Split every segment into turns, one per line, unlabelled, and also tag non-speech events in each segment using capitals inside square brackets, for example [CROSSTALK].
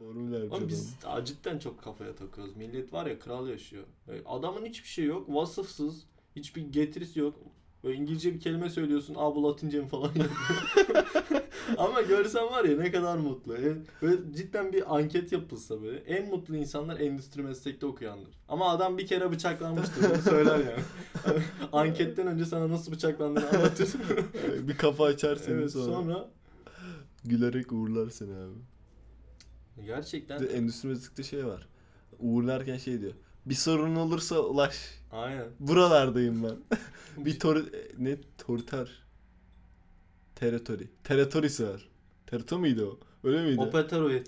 Oğlum
yapıyordum.
biz daha cidden çok kafaya takıyoruz. Millet var ya kral yaşıyor. Böyle Adamın hiçbir şey yok. Vasıfsız. Hiçbir getirisi yok. Böyle İngilizce bir kelime söylüyorsun. Aa bu Latince mi falan. [LAUGHS] Ama görsen var ya ne kadar mutlu. E, Böyle cidden bir anket yapılsa böyle. En mutlu insanlar endüstri meslekte okuyandır. Ama adam bir kere bıçaklanmıştır. Bunu söyler yani. [LAUGHS] Anketten önce sana nasıl bıçaklandığını anlatıyorsun.
Ee, bir kafa açar seni
evet
sonra.
sonra.
Gülerek uğurlar seni abi.
Gerçekten.
Bir de endüstri müzikte şey var. Uğurlarken şey diyor. Bir sorun olursa ulaş.
Aynen.
Buralardayım ben. [LAUGHS] bir tor... Ne? Torter. Territory. Territory'si var. Territory miydi o? Öyle miydi? [LAUGHS]
Operatör
ne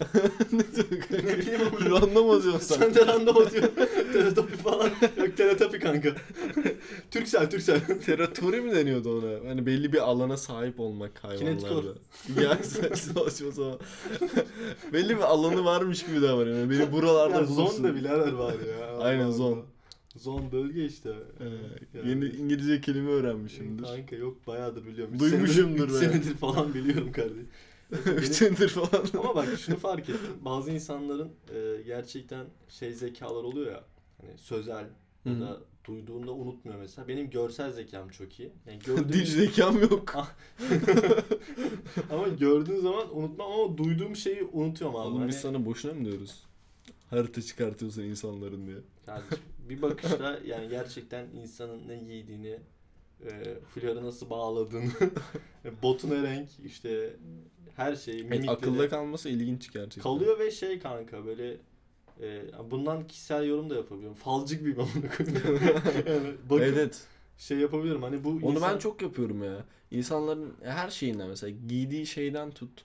diyor
Ne bileyim
kanka?
oğlum.
Random oluyorsun
Sen
sen.
de
[LAUGHS]
randevu diyor. Teletopi falan. Yok teletopi kanka. Türksel, Türksel.
Territory mi deniyordu ona? Hani belli bir alana sahip olmak hayvanlarda.
Kinetkor.
[LAUGHS] ya sen- saçma sapan. [LAUGHS] belli bir alanı varmış gibi davranıyor. Yani beni buralarda
Ya
bulursun.
zon da birader var ya.
Aynen,
Allah
zon.
Allah. Zon bölge işte.
Ee,
Yani-
yeni İngilizce kelime öğrenmişimdir. [LAUGHS]
Kanka yok bayağıdır biliyorum. Üç
Duymuşumdur
senedir,
ben.
üç senedir falan biliyorum kardeşim.
Bütündür falan.
Ama bak şunu fark ettim. Bazı insanların e, gerçekten şey zekalar oluyor ya. Hani sözel
Hı hı.
ya da duyduğunda unutmuyor mesela. Benim görsel zekam çok iyi.
[LAUGHS]
Yani
Dil
gördüğüm
zekam yok.
[LAUGHS] ama gördüğün zaman unutmam ama duyduğum şeyi unutuyorum abi.
Oğlum
Hani-
biz sana boşuna mı diyoruz? Harita çıkartıyorsun insanların diye.
Kardeşim, bir bakışla yani gerçekten insanın ne giydiğini, e, fuları nasıl bağladığını, [LAUGHS] botuna renk, işte her şeyi mimikleri
akılda kalması ilginç gerçekten.
kalıyor ve şey kanka böyle e, bundan kişisel yorum da yapabiliyorum. Falcı gibi amına koyayım. [LAUGHS] yani bakıp
Evet, evet.
şey yapabiliyorum. Hani bu
Onu
insan-
ben çok yapıyorum ya. İnsanların her şeyinden mesela giydiği şeyden tut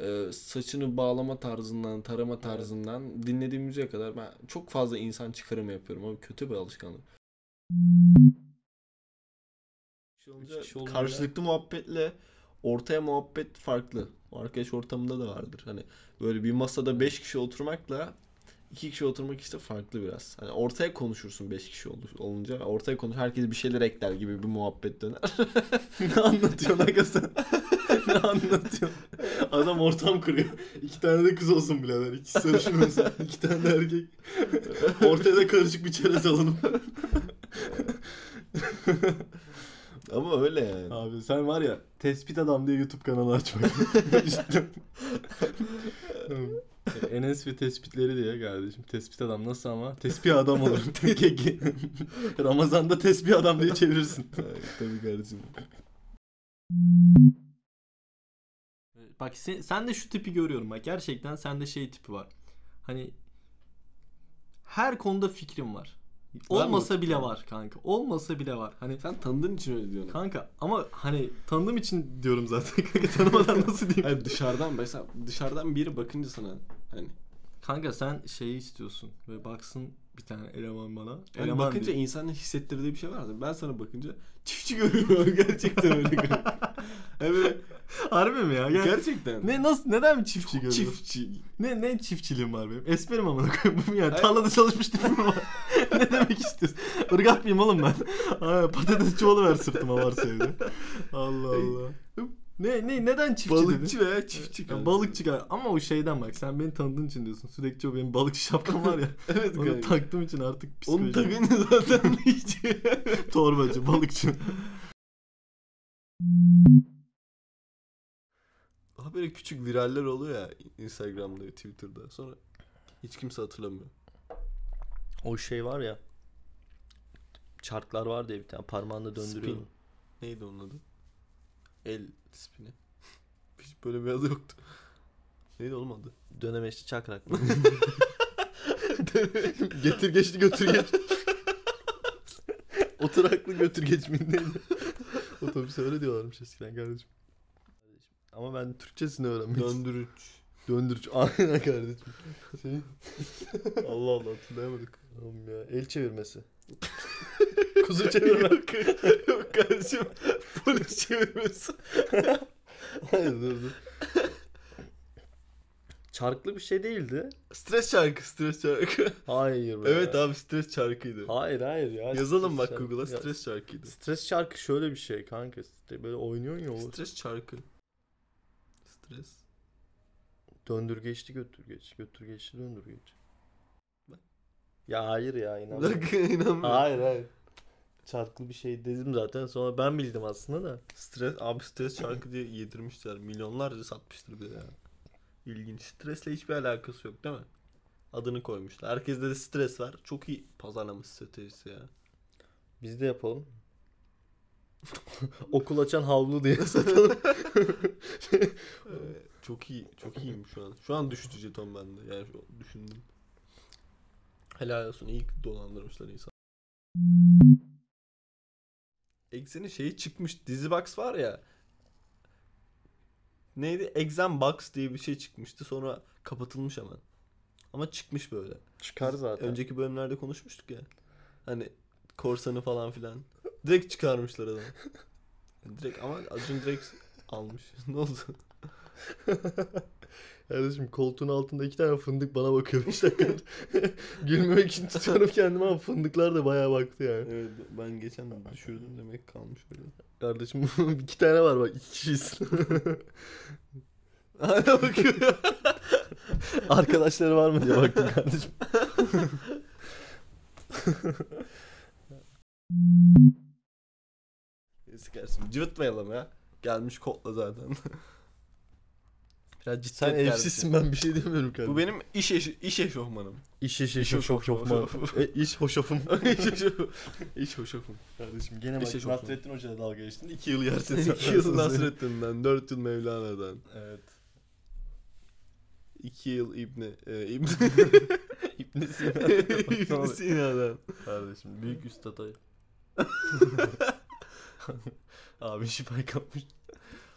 e, saçını bağlama tarzından, tarama tarzından dinlediğim müziğe kadar ben çok fazla insan çıkarımı yapıyorum. Abi kötü bir alışkanlık.
olunca-
Karşılıklı muhabbetle ortaya muhabbet farklı. Arkadaş ortamında da vardır. Hani böyle bir masada 5 kişi oturmakla 2 kişi oturmak işte farklı biraz. Hani ortaya konuşursun 5 kişi ol- olunca. Ortaya konuş herkes bir şeyler ekler gibi bir muhabbet döner. [LAUGHS]
[LAUGHS]
ne anlatıyorsun aga sen? ne anlatıyorsun?
adam ortam kuruyor. İki tane de kız olsun birader. İkisi sarışın mesela. İki tane de erkek. Ortaya da karışık bir çerez alalım.
Ama öyle yani.
[LAUGHS] Abi sen var ya tespit adam diye YouTube kanalı [LAUGHS] açmak. E, Enes ve tespitleri diye kardeşim. Tespit adam nasıl ama? Tespih adam [LAUGHS] olur. Ramazan'da tespih adam diye çevirirsin.
Ay, Tabii kardeşim.
Bak sen, sen de şu tipi görüyorum. Bak gerçekten sende şey tipi var. Hani her konuda fikrim var.
Var mı?
Olmasa bile var kanka. Olmasa bile var. Hani
Sen tanıdığın için öyle diyorsun.
kanka ama hani tanıdığım için diyorum zaten. [LAUGHS] Kanka tanımadan nasıl diyeyim?
Hayır, dışarıdan mesela dışarıdan biri bakınca sana hani
Kanka sen şeyi istiyorsun. Böyle baksın bir tane eleman bana.
Hani
eleman
bakınca
diyor.
insanın hissettirdiği bir şey vardı. Ben sana bakınca çiftçi görüyorum [LAUGHS] gerçekten öyle. kanka. evet.
Harbi mi ya? Gel-
Gerçekten.
Ne nasıl neden bir çiftçi görüyorum?
Çiftçi.
Ne ne çiftçiliğim var benim? Esmerim amına koyayım Bu mu yani.
Hayır.
Tarlada çalışmış tipim var. [LAUGHS] ne demek istiyorsun? Irgat mıyım oğlum ben? Ay, patates çuvalı ver sırtıma varsa evde. Allah Allah. Ne ne neden çiftçi dedin?
Balıkçı veya çiftçi.
Ya,
kanka.
balıkçı galiba. ama o şeyden bak sen beni tanıdığın için diyorsun. Sürekli o benim balıkçı şapkam
[LAUGHS]
var ya.
Evet
onu
kanka.
taktığım için artık
Onu
psikolojim.
takınca zaten [LAUGHS] hiç.
Torbacı, balıkçı.
Habire küçük viraller oluyor ya Instagram'da, Twitter'da. Sonra hiç kimse hatırlamıyor.
O şey var ya. Çarklar var diye bir tane parmağında döndürüyorum.
Spin. Neydi onun adı? El spini. [LAUGHS] Hiç böyle bir adı yoktu. Neydi oğlum adı?
Dönemeçli çakrak. [LAUGHS]
Getir geçti götür
[LAUGHS]
geç. Oturaklı götür geç mi neydi?
[LAUGHS] Otobüse öyle diyorlarmış eskiden kardeşim. Ama ben Türkçesini öğrenmek istiyorum.
Döndürüç.
Döndürücü. [LAUGHS] Aynen kardeşim. Şey... [LAUGHS] Allah Allah hatırlayamadık. Oğlum ya el [LAUGHS] çevirmesi. Kuzu çevirme.
[LAUGHS] Yok kardeşim polis çevirmesi.
Hayır dur dur. Çarklı bir şey değildi.
Stres şarkı stres şarkı.
Hayır be.
evet abi stres şarkıydı.
Hayır hayır ya.
Yazalım
Stres
bak
şarkı-
Google'a
Ya,
stres şarkıydı.
Stres şarkı şöyle bir şey kanka. Böyle oynuyorsun ya. o-
Stres şarkı. Stres.
Döndür geçti götür geç. Götür geçti döndür geç. Ya hayır ya inanmıyorum.
Bak inanmıyorum.
hayır hayır. Çarklı bir şey dedim zaten sonra ben bildim aslında da.
Stres, abi stres şarkı diye yedirmişler. Milyonlarca satmıştır bir de ya. İlginç. Stresle hiçbir alakası yok değil mi? Adını koymuşlar. Herkeste de stres var. Çok iyi pazarlama stratejisi ya.
Biz de yapalım. [LAUGHS] Okul açan havlu diye [LAUGHS] satalım.
Ee, çok iyi, çok iyiyim şu an. Şu an düştü jeton bende. Yani şu- düşündüm. Helal olsun iyi dolandırmışlar insan. Exen'in şeyi çıkmış. Dizi Box var ya. Neydi? Exen Box diye bir şey çıkmıştı. Sonra kapatılmış hemen. Ama çıkmış böyle.
Çıkar
Biz
zaten.
Önceki bölümlerde konuşmuştuk ya. Hani korsanı falan filan. Direkt çıkarmışlar adamı. direkt ama Acun direkt almış. [LAUGHS] ne oldu?
[LAUGHS] Kardeşim koltuğun altında iki tane fındık bana bakıyor 5 dakikadır. [LAUGHS] Gülmemek için tutuyorum kendimi ama fındıklar da bayağı baktı yani.
Evet ben geçen düşürdüm demek kalmış öyle.
Kardeşim [LAUGHS] iki tane var bak iki kişiyiz. [LAUGHS]
Hala bakıyor.
Arkadaşları var mı diye baktım [LAUGHS] kardeşim.
Sikersin. E, Cıvıtmayalım ya. Gelmiş kotla zaten. Biraz ciddiyet
Sen
kardeşim.
evsizsin ben bir şey demiyorum kardeşim.
Bu benim iş eş iş eşofmanım. [LAUGHS]
İş iş iş hoş hoş hoş
hoşofum.
[LAUGHS] İş hoşofum.
iş eşofmanım. İş hoşofum.
Kardeşim gene
İş
bak
iş hoşofum.
Nasrettin Hoca'ya dalga geçtin. 2 yıl
[LAUGHS]
yersin sen.
2 yıl Nasrettin'den, 4 yıl Mevlana'dan,
Evet.
2 yıl İbni, e, İbni, [LAUGHS]
İbn
İbni
Sina'dan.
Sina'dan.
Kardeşim büyük üstad ay. Abi şifayı kapmış.